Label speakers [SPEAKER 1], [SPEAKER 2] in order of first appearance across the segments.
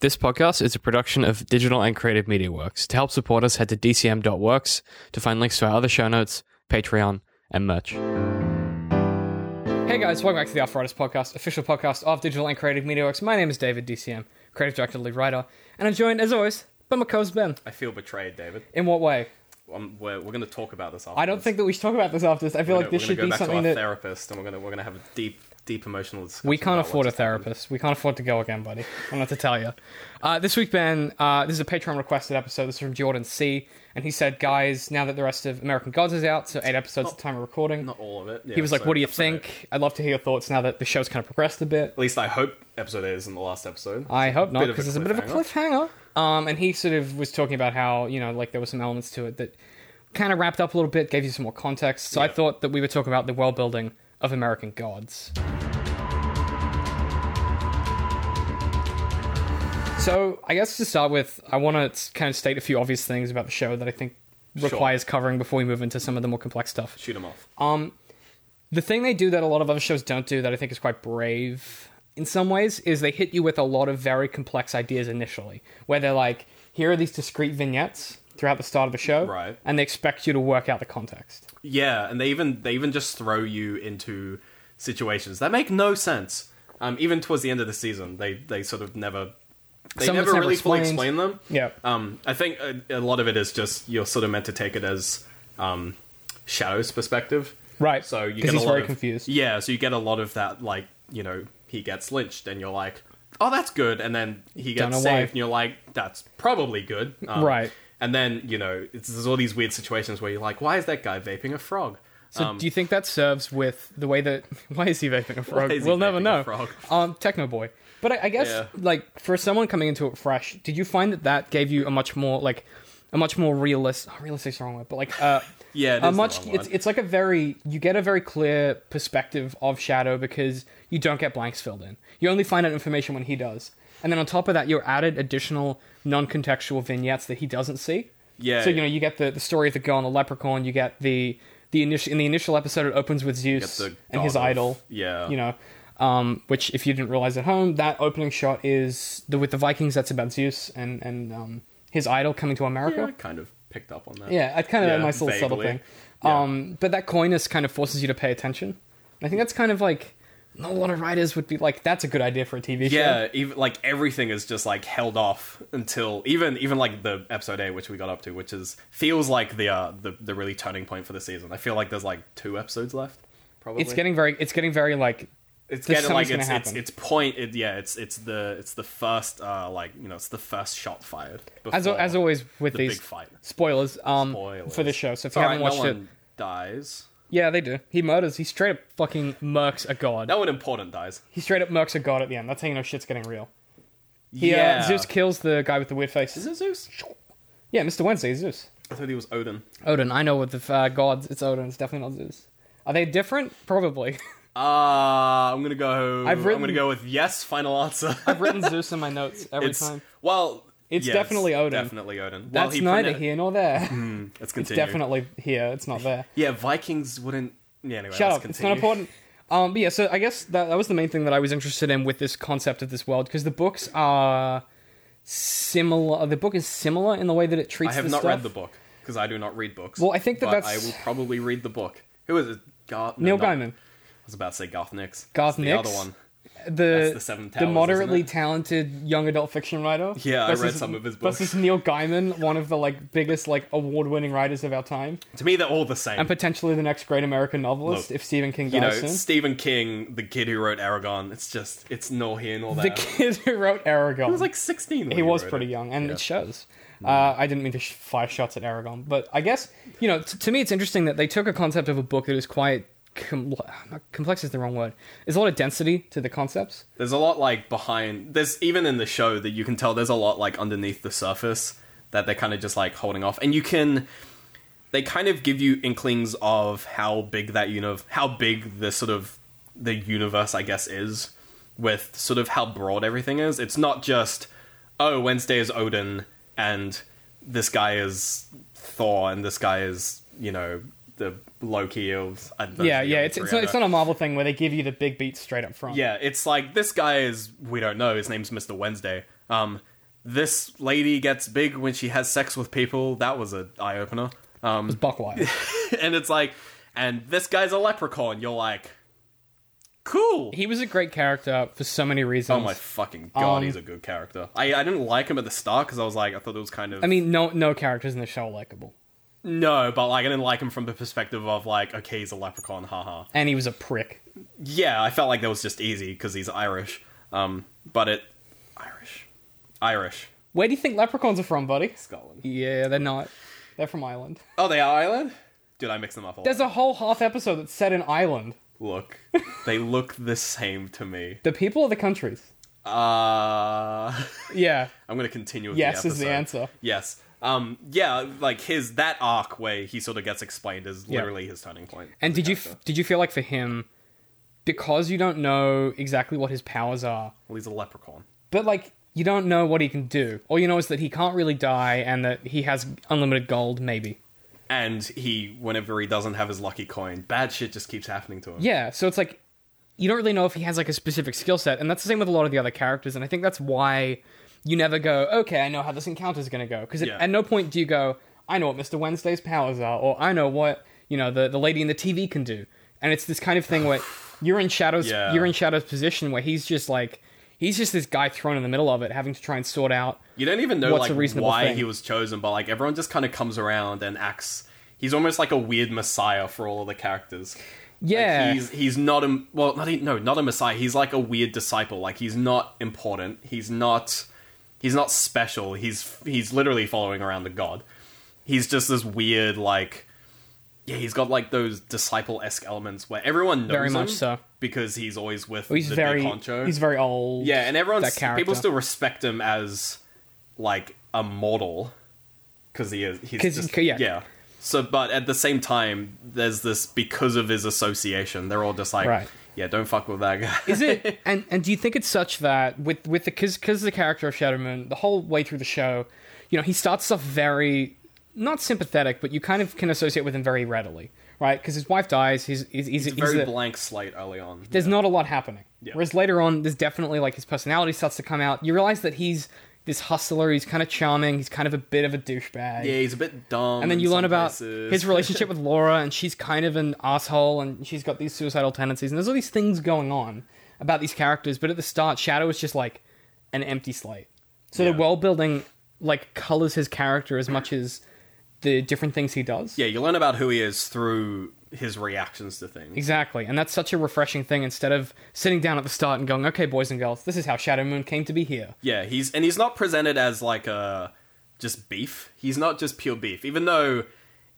[SPEAKER 1] This podcast is a production of Digital and Creative Media Works. To help support us, head to dcm.works to find links to our other show notes, Patreon, and merch. Hey guys, welcome back to the Arthritis Podcast, official podcast of Digital and Creative Media Works. My name is David DCM, creative director, lead writer, and I'm joined, as always, by my co-host Ben.
[SPEAKER 2] I feel betrayed, David.
[SPEAKER 1] In what way?
[SPEAKER 2] Um, we're we're going to talk about this. Afterwards.
[SPEAKER 1] I don't think that we should talk about this after this. I feel like this
[SPEAKER 2] we're
[SPEAKER 1] should
[SPEAKER 2] gonna go
[SPEAKER 1] be
[SPEAKER 2] back to
[SPEAKER 1] something
[SPEAKER 2] our
[SPEAKER 1] that
[SPEAKER 2] therapist, and we're going to we're going to have a deep deep emotional discussion.
[SPEAKER 1] We can't
[SPEAKER 2] about
[SPEAKER 1] afford
[SPEAKER 2] what
[SPEAKER 1] a
[SPEAKER 2] just happened.
[SPEAKER 1] therapist. We can't afford to go again, buddy. I'm not to tell you. Uh, this week, Ben, uh, this is a Patreon requested episode. This is from Jordan C. And he said, guys, now that the rest of American Gods is out, so eight episodes at the time of recording,
[SPEAKER 2] Not all of it.
[SPEAKER 1] he was like, what do you think? I'd love to hear your thoughts now that the show's kind of progressed a bit.
[SPEAKER 2] At least I hope episode eight isn't the last episode.
[SPEAKER 1] I hope not,
[SPEAKER 2] bit of a
[SPEAKER 1] because it's a bit of a cliffhanger. Um, and he sort of was talking about how you know, like there were some elements to it that kind of wrapped up a little bit, gave you some more context. So I
[SPEAKER 2] Yeah.
[SPEAKER 1] thought that we would talk about the world building of American Gods. So I guess to start with, I want to kind of state a few obvious things about the show that I think
[SPEAKER 2] Sure.
[SPEAKER 1] requires covering before we move into some of the more complex stuff.
[SPEAKER 2] Shoot him off.
[SPEAKER 1] The thing they do that a lot of other shows don't do that I think is quite brave in some ways is they hit you with a lot of very complex ideas initially, where they're like, here are these discrete vignettes throughout the start of the show,
[SPEAKER 2] Right.
[SPEAKER 1] and they expect you to work out the context.
[SPEAKER 2] Yeah, and they even they even just throw you into situations that make no sense. Um, even towards the end of the season, they they sort of never they
[SPEAKER 1] Some of it's
[SPEAKER 2] never
[SPEAKER 1] never
[SPEAKER 2] really fully
[SPEAKER 1] explained.
[SPEAKER 2] explain them.
[SPEAKER 1] Yeah.
[SPEAKER 2] Um, I think a, a lot of it is just you're sort of meant to take it as um, Shadow's perspective,
[SPEAKER 1] Right,
[SPEAKER 2] So you
[SPEAKER 1] 'cause
[SPEAKER 2] get
[SPEAKER 1] he's
[SPEAKER 2] a lot
[SPEAKER 1] very
[SPEAKER 2] of,
[SPEAKER 1] confused.
[SPEAKER 2] Yeah, so you get a lot of that, like you know, he gets lynched, and you're like, oh, that's good, and then he
[SPEAKER 1] Don't
[SPEAKER 2] gets
[SPEAKER 1] know why.
[SPEAKER 2] saved, and you're like, that's probably good, Um,
[SPEAKER 1] Right.
[SPEAKER 2] And then you know, it's, there's all these weird situations where you're like, why is that guy vaping a frog? Um,
[SPEAKER 1] So do you think that serves with the way that why is he vaping a frog?
[SPEAKER 2] Why is he
[SPEAKER 1] We'll never
[SPEAKER 2] vaping a
[SPEAKER 1] know.
[SPEAKER 2] frog?
[SPEAKER 1] Um, Techno Boy. But I, I guess
[SPEAKER 2] Yeah.
[SPEAKER 1] like for someone coming into it fresh, did you find that that gave you a much more like a much more realist? Oh, realistic's the wrong word, but like uh,
[SPEAKER 2] Yeah, it
[SPEAKER 1] a
[SPEAKER 2] is the
[SPEAKER 1] much.
[SPEAKER 2] wrong
[SPEAKER 1] It's
[SPEAKER 2] word.
[SPEAKER 1] it's like a very you get a very clear perspective of Shadow because you don't get blanks filled in. You only find out information when he does, and then on top of that, you're added additional non-contextual vignettes that he doesn't see.
[SPEAKER 2] Yeah,
[SPEAKER 1] So you
[SPEAKER 2] yeah.
[SPEAKER 1] know you get the, the story of the girl and the leprechaun. You get the the initial in the initial episode it opens with Zeus
[SPEAKER 2] the
[SPEAKER 1] and his
[SPEAKER 2] god of-
[SPEAKER 1] idol.
[SPEAKER 2] yeah.
[SPEAKER 1] You know, um, which if you didn't realize at home, that opening shot is the with the Vikings. That's about Zeus and and um, his idol coming to
[SPEAKER 2] Yeah, I
[SPEAKER 1] America.
[SPEAKER 2] kind of picked up on that.
[SPEAKER 1] Yeah, it's kind of
[SPEAKER 2] Yeah,
[SPEAKER 1] a nice little subtle
[SPEAKER 2] vaguely.
[SPEAKER 1] thing.
[SPEAKER 2] Yeah.
[SPEAKER 1] Um, but that coyness kind of forces you to pay attention. And I think that's kind of like not a lot of writers would be like that's a good idea for a TV show.
[SPEAKER 2] Yeah, even like everything is just like held off until even even like the episode eight, which we got up to, which is feels like the uh, the the really turning point for the season. I feel like there's like two episodes left. Probably
[SPEAKER 1] It's getting very it's getting very like
[SPEAKER 2] it's
[SPEAKER 1] there's
[SPEAKER 2] getting like
[SPEAKER 1] something's
[SPEAKER 2] it's,
[SPEAKER 1] gonna
[SPEAKER 2] it's
[SPEAKER 1] happen.
[SPEAKER 2] it's point. It, yeah, it's it's the it's the first uh like you know it's the first shot fired.
[SPEAKER 1] as,
[SPEAKER 2] before
[SPEAKER 1] as always with
[SPEAKER 2] the
[SPEAKER 1] these
[SPEAKER 2] big fight.
[SPEAKER 1] spoilers, um,
[SPEAKER 2] Spoilers.
[SPEAKER 1] for the show. So if
[SPEAKER 2] It's
[SPEAKER 1] you
[SPEAKER 2] all
[SPEAKER 1] haven't
[SPEAKER 2] right,
[SPEAKER 1] watched
[SPEAKER 2] no
[SPEAKER 1] it,
[SPEAKER 2] one dies.
[SPEAKER 1] yeah, they do. He murders. He straight up fucking murks a god.
[SPEAKER 2] No one important dies.
[SPEAKER 1] He straight up murks a god at the end. That's how you know shit's getting real. He, uh,
[SPEAKER 2] Yeah,
[SPEAKER 1] Zeus kills the guy with the weird face.
[SPEAKER 2] Is it Zeus?
[SPEAKER 1] Yeah, Mr. Wednesday is Zeus.
[SPEAKER 2] I thought he was Odin.
[SPEAKER 1] Odin. I know what the f- uh, gods. It's Odin. It's definitely not Zeus. Are they different? Probably.
[SPEAKER 2] Uh, I'm gonna go.
[SPEAKER 1] I've written-
[SPEAKER 2] I'm gonna go with yes. Final answer.
[SPEAKER 1] I've written Zeus in my notes every
[SPEAKER 2] it's
[SPEAKER 1] time.
[SPEAKER 2] well,
[SPEAKER 1] It's
[SPEAKER 2] yeah,
[SPEAKER 1] definitely Odin.
[SPEAKER 2] Definitely Odin. Well,
[SPEAKER 1] That's
[SPEAKER 2] he
[SPEAKER 1] neither
[SPEAKER 2] pronoun-
[SPEAKER 1] here nor there.
[SPEAKER 2] Let's
[SPEAKER 1] it's
[SPEAKER 2] continue.
[SPEAKER 1] definitely here. It's not there.
[SPEAKER 2] Yeah, Vikings wouldn't. Yeah, anyway,
[SPEAKER 1] Shut
[SPEAKER 2] let's
[SPEAKER 1] up. It's
[SPEAKER 2] Continue.
[SPEAKER 1] not important. Um, but yeah, so I guess that, that was the main thing that I was interested in with this concept of this world because the books are similar. The book is similar in the way that it treats.
[SPEAKER 2] I have
[SPEAKER 1] this
[SPEAKER 2] not
[SPEAKER 1] stuff.
[SPEAKER 2] read the book because I do not read books.
[SPEAKER 1] Well, I think that
[SPEAKER 2] but
[SPEAKER 1] that's-
[SPEAKER 2] I will probably read the book. Who is it? Garth?
[SPEAKER 1] Neil
[SPEAKER 2] not-
[SPEAKER 1] Gaiman,
[SPEAKER 2] I was about to say Garth Nix.
[SPEAKER 1] Garth
[SPEAKER 2] It's the
[SPEAKER 1] Nix?
[SPEAKER 2] other one.
[SPEAKER 1] the
[SPEAKER 2] the Seven Towers,
[SPEAKER 1] the
[SPEAKER 2] isn't it?
[SPEAKER 1] moderately talented young adult fiction writer.
[SPEAKER 2] Yeah, I read some of his books.
[SPEAKER 1] This is Neil Gaiman, one of the like biggest like award winning writers of our time,
[SPEAKER 2] To me, they're all the same.
[SPEAKER 1] and potentially the next great American novelist
[SPEAKER 2] Look,
[SPEAKER 1] if Stephen King
[SPEAKER 2] you know,
[SPEAKER 1] dies soon.
[SPEAKER 2] Stephen King, the kid who wrote Aragon. It's just, it's nor here nor there.
[SPEAKER 1] the kid who wrote Aragon
[SPEAKER 2] he was like 16. When
[SPEAKER 1] he was
[SPEAKER 2] wrote
[SPEAKER 1] pretty
[SPEAKER 2] it.
[SPEAKER 1] young, and
[SPEAKER 2] Yeah. Mm.
[SPEAKER 1] it shows. Uh, I didn't mean to sh- fire shots at Aragon, but I guess you know. T- to me, it's interesting that they took a concept of a book that is quite com- not- complex is the wrong word. There's a lot of density to the concepts.
[SPEAKER 2] There's a lot like behind. There's even in the show that you can tell there's a lot like underneath the surface that they're kind of just like holding off, and you can. They kind of give you inklings of how big that univ, how big the sort of the universe, I guess, is with sort of how broad everything is. It's not just oh Wednesday is Odin and this guy is Thor and this guy is you know the Loki of I don't know,
[SPEAKER 1] yeah,
[SPEAKER 2] the
[SPEAKER 1] yeah.
[SPEAKER 2] other
[SPEAKER 1] It's
[SPEAKER 2] three,
[SPEAKER 1] it's
[SPEAKER 2] I
[SPEAKER 1] not, it's
[SPEAKER 2] don't-
[SPEAKER 1] not a Marvel thing where they give you the big beat straight up front.
[SPEAKER 2] yeah, it's like this guy is we don't know. His name's Mister Wednesday. Um, this lady gets big when she has sex with people. That was an eye opener. Um,
[SPEAKER 1] Buckwire.
[SPEAKER 2] and it's like, and this guy's a leprechaun. You're like, cool.
[SPEAKER 1] he was a great character for so many reasons.
[SPEAKER 2] Oh my fucking god,
[SPEAKER 1] Um,
[SPEAKER 2] he's a good character. I, I didn't like him at the start because I was like, I thought it was kind of.
[SPEAKER 1] I mean, no no characters in the show are likable,
[SPEAKER 2] no, but like, I didn't like him from the perspective of like, okay, he's a leprechaun, haha.
[SPEAKER 1] and he was a prick.
[SPEAKER 2] Yeah, I felt like that was just easy because he's Irish. Um, but it. Irish. Irish.
[SPEAKER 1] Where do you think leprechauns are from, buddy?
[SPEAKER 2] Scotland.
[SPEAKER 1] Yeah, they're not. They're from Ireland.
[SPEAKER 2] Oh, they are Ireland? Dude, I mix them up a lot.
[SPEAKER 1] There's a whole half episode that's set in Ireland.
[SPEAKER 2] look, they look the same to me.
[SPEAKER 1] The people or the countries?
[SPEAKER 2] Uh.
[SPEAKER 1] Yeah.
[SPEAKER 2] I'm gonna continue with
[SPEAKER 1] Yes
[SPEAKER 2] the
[SPEAKER 1] is the
[SPEAKER 2] episode.
[SPEAKER 1] answer.
[SPEAKER 2] Yes. Um yeah, like his that arc way he sort of gets explained is literally his turning point.
[SPEAKER 1] And
[SPEAKER 2] as a
[SPEAKER 1] did you
[SPEAKER 2] character.
[SPEAKER 1] f- did you feel like for him, because you don't know exactly what his powers are,
[SPEAKER 2] well he's a leprechaun.
[SPEAKER 1] but like you don't know what he can do. All you know is that he can't really die, and that he has unlimited gold, maybe.
[SPEAKER 2] And he whenever he doesn't have his lucky coin, bad shit just keeps happening to him.
[SPEAKER 1] Yeah, so it's like you don't really know if he has like a specific skill set, and that's the same with a lot of the other characters. And I think that's why you never go, okay, I know how this encounter is going to go, because
[SPEAKER 2] Yeah.
[SPEAKER 1] at no point do you go, I know what Mister Wednesday's powers are, or I know what you know the the lady in the TV can do. And it's this kind of thing where you're in Shadow's
[SPEAKER 2] Yeah.
[SPEAKER 1] you're in Shadow's position where he's just like he's just this guy thrown in the middle of it, having to try and sort out.
[SPEAKER 2] You don't even know
[SPEAKER 1] What's a
[SPEAKER 2] like
[SPEAKER 1] reasonable
[SPEAKER 2] why
[SPEAKER 1] thing?
[SPEAKER 2] he was chosen, but like everyone just kinda comes around and acts he's almost like a weird messiah for all of the characters.
[SPEAKER 1] Yeah,
[SPEAKER 2] He's he's not a well not e- no not a messiah. He's like a weird disciple. Like he's not important. He's not he's not special. He's he's literally following around the god. He's just this weird like yeah. He's got like those disciple esque elements where everyone knows
[SPEAKER 1] Very
[SPEAKER 2] him
[SPEAKER 1] much so.
[SPEAKER 2] because he's always with
[SPEAKER 1] he's
[SPEAKER 2] the
[SPEAKER 1] very
[SPEAKER 2] big honcho.
[SPEAKER 1] he's very old.
[SPEAKER 2] yeah, and everyone's
[SPEAKER 1] that character.
[SPEAKER 2] people still respect him as like a model because he is he's
[SPEAKER 1] 'Cause-
[SPEAKER 2] just,
[SPEAKER 1] yeah.
[SPEAKER 2] yeah. So, but at the same time, there's this because of his association. They're all just like,
[SPEAKER 1] Right.
[SPEAKER 2] yeah, don't fuck with that guy.
[SPEAKER 1] is it and and do you think it's such that with with the because because the character of Shadow Moon the whole way through the show, you know he starts off very not sympathetic, but you kind of can associate with him very readily, right? Because his wife dies, he's he's, he's, he's
[SPEAKER 2] very
[SPEAKER 1] a-
[SPEAKER 2] blank slate early on.
[SPEAKER 1] there's not a lot happening.
[SPEAKER 2] Yeah.
[SPEAKER 1] Whereas later on, there's definitely like his personality starts to come out. You realize that he's this hustler. He's kind of charming. He's kind of a bit of a douchebag.
[SPEAKER 2] yeah, he's a bit dumb.
[SPEAKER 1] And then
[SPEAKER 2] in
[SPEAKER 1] you
[SPEAKER 2] some
[SPEAKER 1] learn about
[SPEAKER 2] places.
[SPEAKER 1] his relationship with Laura, and she's kind of an asshole, and she's got these suicidal tendencies, and there's all these things going on about these characters. But at the start, Shadow is just like an empty slate. So
[SPEAKER 2] Yeah.
[SPEAKER 1] the world building like colors his character as much as the different things he does.
[SPEAKER 2] Yeah, you learn about who he is through his reactions to things.
[SPEAKER 1] Exactly, and that's such a refreshing thing. Instead of sitting down at the start and going, "Okay, boys and girls, this is how Shadow Moon came to be here."
[SPEAKER 2] Yeah, he's and he's not presented as like a just beef. He's not just pure beef, even though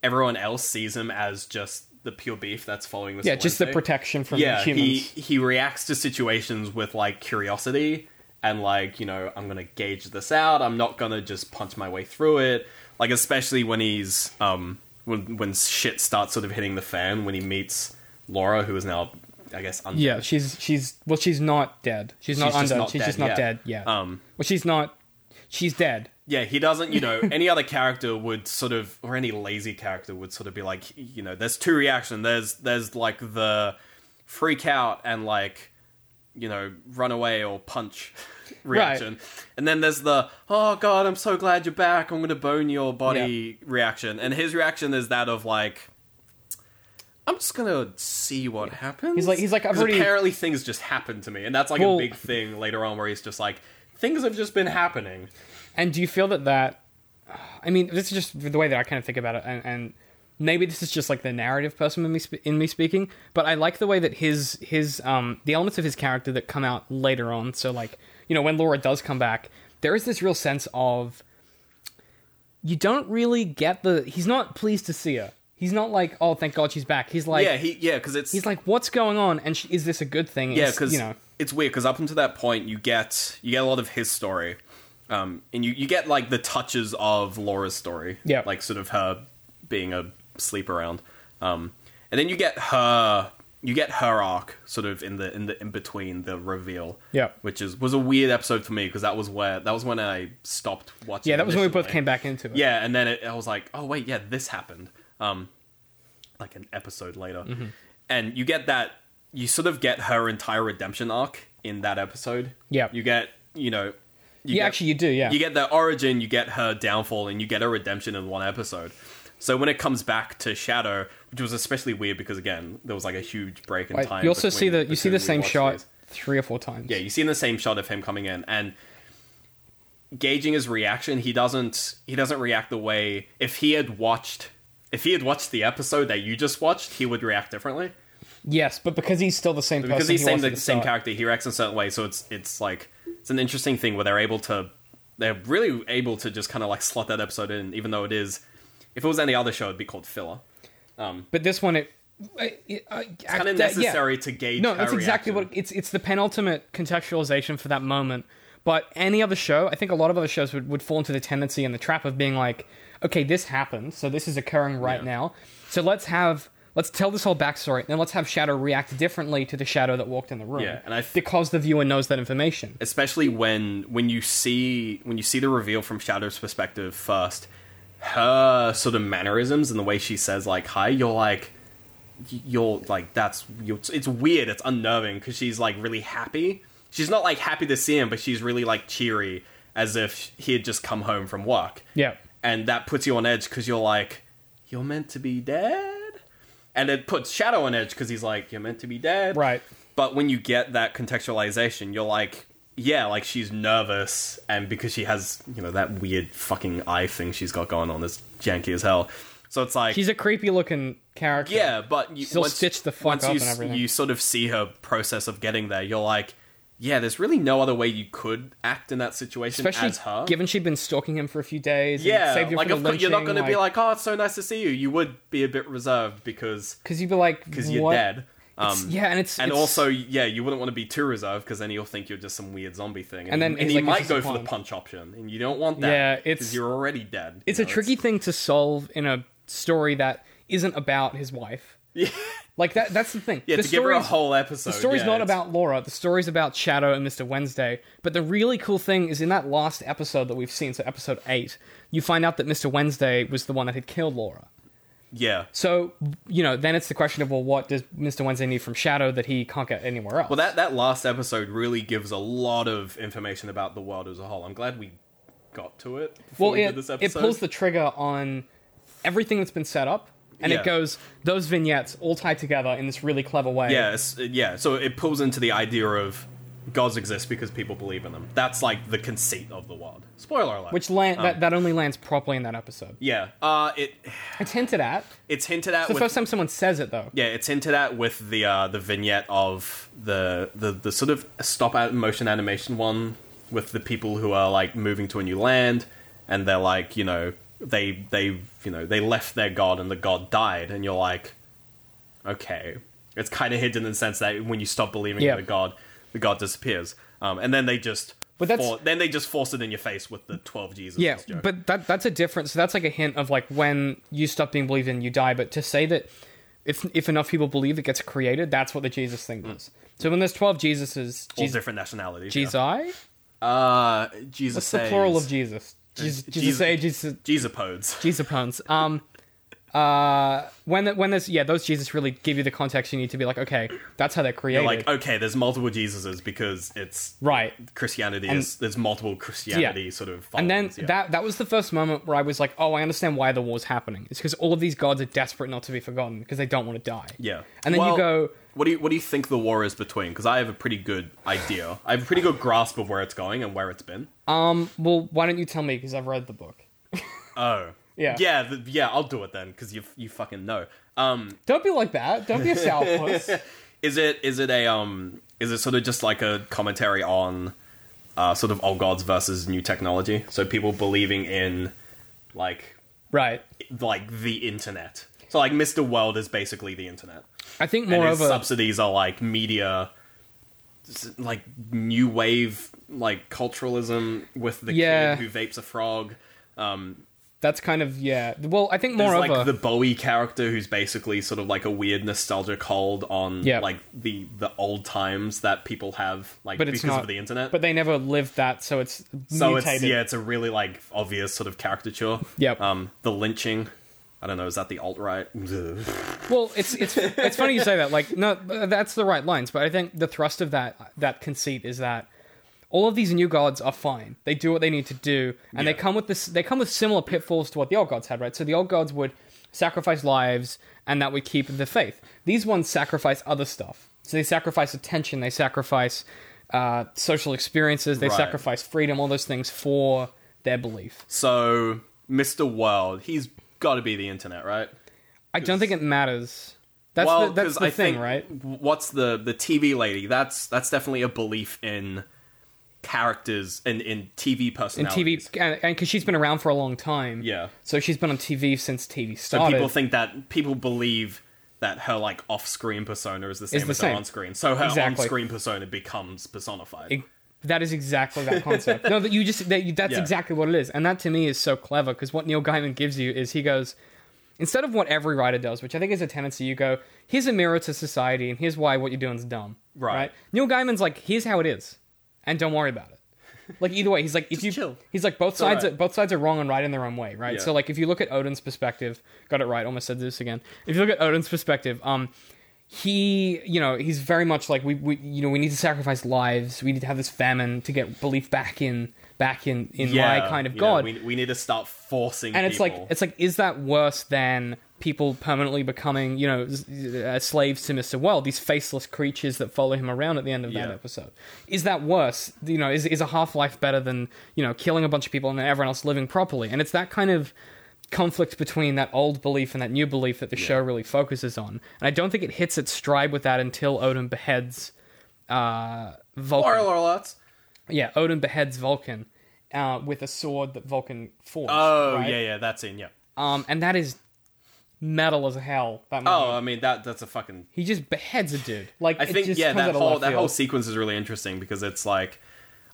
[SPEAKER 2] everyone else sees him as just the pure beef that's following this.
[SPEAKER 1] Yeah, just the
[SPEAKER 2] Wednesday.
[SPEAKER 1] protection from
[SPEAKER 2] yeah,
[SPEAKER 1] humans.
[SPEAKER 2] he he reacts to situations with like curiosity and like you know I'm gonna gauge this out. I'm not gonna just punch my way through it. Like especially when he's um when when shit starts sort of hitting the fan when he meets Laura, who is now I guess un-
[SPEAKER 1] Yeah, she's she's well, she's not dead. She's not
[SPEAKER 2] She's just
[SPEAKER 1] undead.
[SPEAKER 2] not
[SPEAKER 1] she's
[SPEAKER 2] dead,
[SPEAKER 1] just not
[SPEAKER 2] yeah.
[SPEAKER 1] dead. Yeah.
[SPEAKER 2] Um,
[SPEAKER 1] well, she's not. She's dead.
[SPEAKER 2] Yeah, he doesn't, you know, any other character would sort of or any lazy character would sort of be like, you know, there's two reaction. There's there's like the freak out and like, you know, run away or punch reaction. And then there's the, oh god, I'm so glad you're back. I'm going to bone your body reaction. And his reaction is that of like I'm just gonna see what happens.
[SPEAKER 1] He's like- he's like, I've
[SPEAKER 2] 'Cause
[SPEAKER 1] already-
[SPEAKER 2] apparently things just happen to me, and that's like a
[SPEAKER 1] Well-
[SPEAKER 2] big thing later on where he's just like, things have just been happening.
[SPEAKER 1] And do you feel that that? I mean, this is just the way that I kind of think about it, and, and maybe this is just like the narrative person in me sp- in me speaking. But I like the way that his his um the elements of his character that come out later on. So like you know when Laura does come back, there is this real sense of you don't really get the he's not pleased to see her. He's not like oh thank God she's back. He's like
[SPEAKER 2] Yeah, he yeah, because it's
[SPEAKER 1] he's like what's going on and sh- is this a good thing?
[SPEAKER 2] yeah,
[SPEAKER 1] Is-
[SPEAKER 2] because
[SPEAKER 1] you know
[SPEAKER 2] it's weird because up until that point you get you get a lot of his story, um, and you you get like the touches of Laura's story,
[SPEAKER 1] Yeah.
[SPEAKER 2] like sort of her being a sleep around, um, and then you get her you get her arc sort of in the in the in between the reveal,
[SPEAKER 1] Yeah.
[SPEAKER 2] which is was a weird episode for me because that was where that was when I stopped watching.
[SPEAKER 1] yeah that was when we both
[SPEAKER 2] initially.
[SPEAKER 1] came back into it.
[SPEAKER 2] Yeah, and then it, I was like, oh wait, yeah, this happened. Um, like an episode later,
[SPEAKER 1] Mm-hmm.
[SPEAKER 2] and you get that you sort of get her entire redemption arc in that episode.
[SPEAKER 1] Yep.
[SPEAKER 2] you get you know You
[SPEAKER 1] yeah,
[SPEAKER 2] get-
[SPEAKER 1] actually, you do. Yeah.
[SPEAKER 2] you get their origin, you get her downfall, and you get her redemption in one episode. So when it comes back to Shadow, which was especially weird because again there was like a huge break in
[SPEAKER 1] Like,
[SPEAKER 2] time.
[SPEAKER 1] you also see
[SPEAKER 2] between
[SPEAKER 1] the you see
[SPEAKER 2] between
[SPEAKER 1] the same
[SPEAKER 2] rewatch
[SPEAKER 1] shot
[SPEAKER 2] days.
[SPEAKER 1] three or four times.
[SPEAKER 2] Yeah, you see the same shot of him coming in and gauging his reaction. He doesn't he doesn't react the way if he had watched if he had watched the episode that you just watched, he would react differently
[SPEAKER 1] Yes, but because he's still the same
[SPEAKER 2] because
[SPEAKER 1] person.
[SPEAKER 2] he's
[SPEAKER 1] he
[SPEAKER 2] same
[SPEAKER 1] was
[SPEAKER 2] the,
[SPEAKER 1] at the
[SPEAKER 2] same
[SPEAKER 1] start.
[SPEAKER 2] character. He reacts in a certain way, so it's it's like it's an interesting thing where they're able to they're really able to just kind of like slot that episode in, even though it is if it was any other show, it'd be called filler.
[SPEAKER 1] But this one, it, I- I- I-
[SPEAKER 2] Kind of
[SPEAKER 1] that- yeah.
[SPEAKER 2] necessary to gauge.
[SPEAKER 1] No,
[SPEAKER 2] her
[SPEAKER 1] that's exactly
[SPEAKER 2] reaction.
[SPEAKER 1] what it's. It's the penultimate contextualization for that moment. But any other show, I think a lot of other shows would, would fall into the tendency and the trap of being like, okay, this happened, so this is occurring right
[SPEAKER 2] Yeah.
[SPEAKER 1] now. So let's have let's tell this whole backstory, and then let's have Shadow react differently to the Shadow that walked in the room.
[SPEAKER 2] Yeah, and I th-
[SPEAKER 1] because the viewer knows that information.
[SPEAKER 2] especially when when you see when you see the reveal from Shadow's perspective first, her sort of mannerisms and the way she says like "hi," you're like you're like that's you're, it's weird, it's unnerving because she's like really happy. She's not like happy to see him, but she's really like cheery, as if he had just come home from work.
[SPEAKER 1] Yeah.
[SPEAKER 2] and that puts you on edge because you're like you're meant to be dead, and it puts Shadow on edge because he's like you're meant to be dead,
[SPEAKER 1] Right.
[SPEAKER 2] but when you get that contextualization, you're like, yeah, like she's nervous, and because she has, you know, that weird fucking eye thing she's got going on that's janky as hell. So it's like,
[SPEAKER 1] She's a creepy looking character.
[SPEAKER 2] yeah, but you,
[SPEAKER 1] Still
[SPEAKER 2] once,
[SPEAKER 1] stitched the fuck
[SPEAKER 2] once
[SPEAKER 1] up
[SPEAKER 2] you,
[SPEAKER 1] and everything.
[SPEAKER 2] you sort of see her process of getting there, you're like, yeah, there's really no other way you could act in that situation
[SPEAKER 1] Especially
[SPEAKER 2] as her.
[SPEAKER 1] given she'd been stalking him for a few days. and
[SPEAKER 2] yeah,
[SPEAKER 1] saved him
[SPEAKER 2] like
[SPEAKER 1] from
[SPEAKER 2] of
[SPEAKER 1] the
[SPEAKER 2] course you're not going
[SPEAKER 1] lynching,
[SPEAKER 2] to be like, oh, it's so nice to see you. You would be a bit reserved because
[SPEAKER 1] because you'd be like,
[SPEAKER 2] because you're
[SPEAKER 1] what?
[SPEAKER 2] dead. Um,
[SPEAKER 1] Yeah, and it's
[SPEAKER 2] and
[SPEAKER 1] it's-
[SPEAKER 2] also, yeah, you wouldn't want to be too reserved because then he'll think you're just some weird zombie thing, and,
[SPEAKER 1] And then
[SPEAKER 2] you-
[SPEAKER 1] he's
[SPEAKER 2] and you
[SPEAKER 1] like,
[SPEAKER 2] might
[SPEAKER 1] "This is
[SPEAKER 2] go for the
[SPEAKER 1] fine."
[SPEAKER 2] punch option, and you don't want that.
[SPEAKER 1] Yeah, it's-
[SPEAKER 2] 'cause you're already dead.
[SPEAKER 1] it's a tricky thing to solve in a story that isn't about his wife.
[SPEAKER 2] Yeah,
[SPEAKER 1] Like that that's the thing.
[SPEAKER 2] yeah
[SPEAKER 1] the
[SPEAKER 2] to give her a
[SPEAKER 1] story's-
[SPEAKER 2] whole episode.
[SPEAKER 1] the story's
[SPEAKER 2] yeah,
[SPEAKER 1] not
[SPEAKER 2] it's-
[SPEAKER 1] about Laura, the story's about Shadow and Mr. Wednesday. But the really cool thing is in that last episode that we've seen, so episode 8, you find out that Mr. Wednesday was the one that had killed Laura.
[SPEAKER 2] Yeah,
[SPEAKER 1] So, you know, then it's the question of well what does Mr. Wednesday need from Shadow that he can't get anywhere else?
[SPEAKER 2] well, that that last episode really gives a lot of information about the world as a whole. I'm glad we got to it. Before
[SPEAKER 1] well,
[SPEAKER 2] we
[SPEAKER 1] it,
[SPEAKER 2] did this
[SPEAKER 1] it
[SPEAKER 2] episode.
[SPEAKER 1] pulls the trigger on everything that's been set up and
[SPEAKER 2] Yeah.
[SPEAKER 1] it goes those vignettes all tied together in this really clever way.
[SPEAKER 2] Yeah, it's- uh, yeah. So it pulls into the idea of gods exist because people believe in them. That's like the conceit of the world. Spoiler alert. Um,
[SPEAKER 1] Which land that, that only lands properly in that episode.
[SPEAKER 2] yeah, uh, it
[SPEAKER 1] It's hinted at.
[SPEAKER 2] it's hinted at
[SPEAKER 1] It's the
[SPEAKER 2] with
[SPEAKER 1] first time someone says it though.
[SPEAKER 2] Yeah, it's hinted at with the uh, the vignette of the, the the sort of stop at motion animation one with the people who are like moving to a new land, and they're like, you know, they they you know they left their god and the god died, and you're like, okay, it's kind of hidden in the sense that when you stop believing
[SPEAKER 1] Yeah.
[SPEAKER 2] in the god, the god disappears, um, and then they just.
[SPEAKER 1] But that's-
[SPEAKER 2] for- then they just force it in your face with the twelve Jesus.
[SPEAKER 1] Yeah,
[SPEAKER 2] joke.
[SPEAKER 1] but that that's a difference. So that's like a hint of like when you stop being believed in, you die. But to say that if if enough people believe it gets created, that's what the Jesus thing does. So when there's twelve Jesuses,
[SPEAKER 2] Mm. all
[SPEAKER 1] Jesus,
[SPEAKER 2] different nationalities.
[SPEAKER 1] Jesus,
[SPEAKER 2] yeah. uh, Jesus.
[SPEAKER 1] What's the plural
[SPEAKER 2] saves.
[SPEAKER 1] of Jesus? Jesus,
[SPEAKER 2] Jesus-
[SPEAKER 1] Jesus, A, Jesus,
[SPEAKER 2] Jesupodes.
[SPEAKER 1] Jesus puns. Um, uh, when the, when there's yeah, those Jesus really give you the context you need to be like, okay, that's how they're created.
[SPEAKER 2] like okay there's multiple jesuses because it's
[SPEAKER 1] right.
[SPEAKER 2] christianity is there's multiple christianity
[SPEAKER 1] Yeah.
[SPEAKER 2] sort of
[SPEAKER 1] And then
[SPEAKER 2] followings, yeah.
[SPEAKER 1] that that was the first moment where I was like, oh, I understand why the war's happening. It's because all of these gods are desperate not to be forgotten because they don't want to die.
[SPEAKER 2] yeah
[SPEAKER 1] And then
[SPEAKER 2] Well,
[SPEAKER 1] you go,
[SPEAKER 2] what do you what do you think the war is between because i have a pretty good idea i have a pretty good grasp of where it's going and where it's been
[SPEAKER 1] um, well, why don't you tell me because I've read the book.
[SPEAKER 2] oh
[SPEAKER 1] Yeah.
[SPEAKER 2] yeah th- yeah i'll do it then because you you fucking know um
[SPEAKER 1] Don't be like that. Don't be a sourpuss.
[SPEAKER 2] is it is it a um is it sort of just like a commentary on uh sort of old gods versus new technology so people believing in like
[SPEAKER 1] right.
[SPEAKER 2] like the internet. So like Mr. World is basically the internet.
[SPEAKER 1] I think
[SPEAKER 2] And his
[SPEAKER 1] moreover,
[SPEAKER 2] subsidies are like media s- like new wave like culturalism with the
[SPEAKER 1] Yeah.
[SPEAKER 2] kid who vapes a frog. Um
[SPEAKER 1] that's kind of yeah. Well, I think
[SPEAKER 2] there's
[SPEAKER 1] moreover,
[SPEAKER 2] like the Bowie character who's basically sort of like a weird nostalgia hold on
[SPEAKER 1] Yeah.
[SPEAKER 2] like the the old times that people have like
[SPEAKER 1] but it's
[SPEAKER 2] because
[SPEAKER 1] not
[SPEAKER 2] of the internet.
[SPEAKER 1] But they never lived that, so it's
[SPEAKER 2] so
[SPEAKER 1] mutated.
[SPEAKER 2] it's yeah, it's a really like obvious sort of caricature.
[SPEAKER 1] Yep.
[SPEAKER 2] Um the lynching. I don't know, is that the alt right?
[SPEAKER 1] Well, it's it's it's funny you say that. Like, no, that's the right lines, but I think the thrust of that that conceit is that all of these new gods are fine. They do what they need to do, and they
[SPEAKER 2] Yeah.
[SPEAKER 1] come with this. They come with similar pitfalls to what the old gods had, right? So the old gods would sacrifice lives, and that would keep the faith. These ones sacrifice other stuff. So they sacrifice attention. They sacrifice uh, social experiences. They
[SPEAKER 2] Right.
[SPEAKER 1] sacrifice freedom. All those things for their belief.
[SPEAKER 2] So, Mr. World, he's got to be the internet, right?
[SPEAKER 1] I don't think it matters. That's
[SPEAKER 2] well,
[SPEAKER 1] the, that's
[SPEAKER 2] 'cause
[SPEAKER 1] the
[SPEAKER 2] I
[SPEAKER 1] thing,
[SPEAKER 2] think
[SPEAKER 1] right?
[SPEAKER 2] What's the the TV lady? That's that's definitely a belief in characters and in TV
[SPEAKER 1] And
[SPEAKER 2] personalities.
[SPEAKER 1] TV, and because she's been around for a long time,
[SPEAKER 2] Yeah.
[SPEAKER 1] So she's been on TV since TV
[SPEAKER 2] So
[SPEAKER 1] started.
[SPEAKER 2] people think that people believe that her like off-screen persona is the same
[SPEAKER 1] the
[SPEAKER 2] as
[SPEAKER 1] same.
[SPEAKER 2] her on-screen. So her
[SPEAKER 1] Exactly.
[SPEAKER 2] on-screen persona becomes personified.
[SPEAKER 1] Ex- that is exactly that concept. no, that you just that you, that's
[SPEAKER 2] Yeah.
[SPEAKER 1] exactly what it is, and that to me is so clever because what Neil Gaiman gives you is he goes instead of what every writer does, which I think is a tendency. You go, here's a mirror to society, and here's why what you're doing is dumb.
[SPEAKER 2] Right.
[SPEAKER 1] Neil Gaiman's like, here's how it is, and don't worry about it. Like either way, he's like, if you,
[SPEAKER 2] chill.
[SPEAKER 1] he's like both sides,
[SPEAKER 2] alright.
[SPEAKER 1] are, both sides are wrong and right in their own way, right?
[SPEAKER 2] Yeah.
[SPEAKER 1] So like, if you look at Odin's perspective, got it right. Almost said this again. If you look at Odin's perspective, um, he you know he's very much like we, we you know we need to sacrifice lives we need to have this famine to get belief back in back in in my kind of
[SPEAKER 2] you know,
[SPEAKER 1] god
[SPEAKER 2] we, we need to start forcing.
[SPEAKER 1] and it's like
[SPEAKER 2] people.
[SPEAKER 1] it's like is that worse than people permanently becoming you know s- uh, slaves to mr world these faceless creatures that follow him around at the end of that
[SPEAKER 2] Yeah.
[SPEAKER 1] episode is that worse you know is, is a half-life better than you know killing a bunch of people and then everyone else living properly and it's that kind of conflict between that old belief and that new belief that the show really focuses on and i don't think it hits its stride with that until odin beheads uh vulcan
[SPEAKER 2] Spoiler alerts.
[SPEAKER 1] yeah odin beheads vulcan uh, with a sword that vulcan forged
[SPEAKER 2] Oh
[SPEAKER 1] right?
[SPEAKER 2] yeah, yeah, that's in yeah.
[SPEAKER 1] Um, and that is metal as hell. That movie.
[SPEAKER 2] Oh, I mean that that's a fucking.
[SPEAKER 1] he just beheads a dude. Like
[SPEAKER 2] I
[SPEAKER 1] it
[SPEAKER 2] think
[SPEAKER 1] just
[SPEAKER 2] yeah,
[SPEAKER 1] comes out
[SPEAKER 2] that
[SPEAKER 1] of
[SPEAKER 2] whole
[SPEAKER 1] left
[SPEAKER 2] that
[SPEAKER 1] field.
[SPEAKER 2] whole sequence is really interesting because it's like,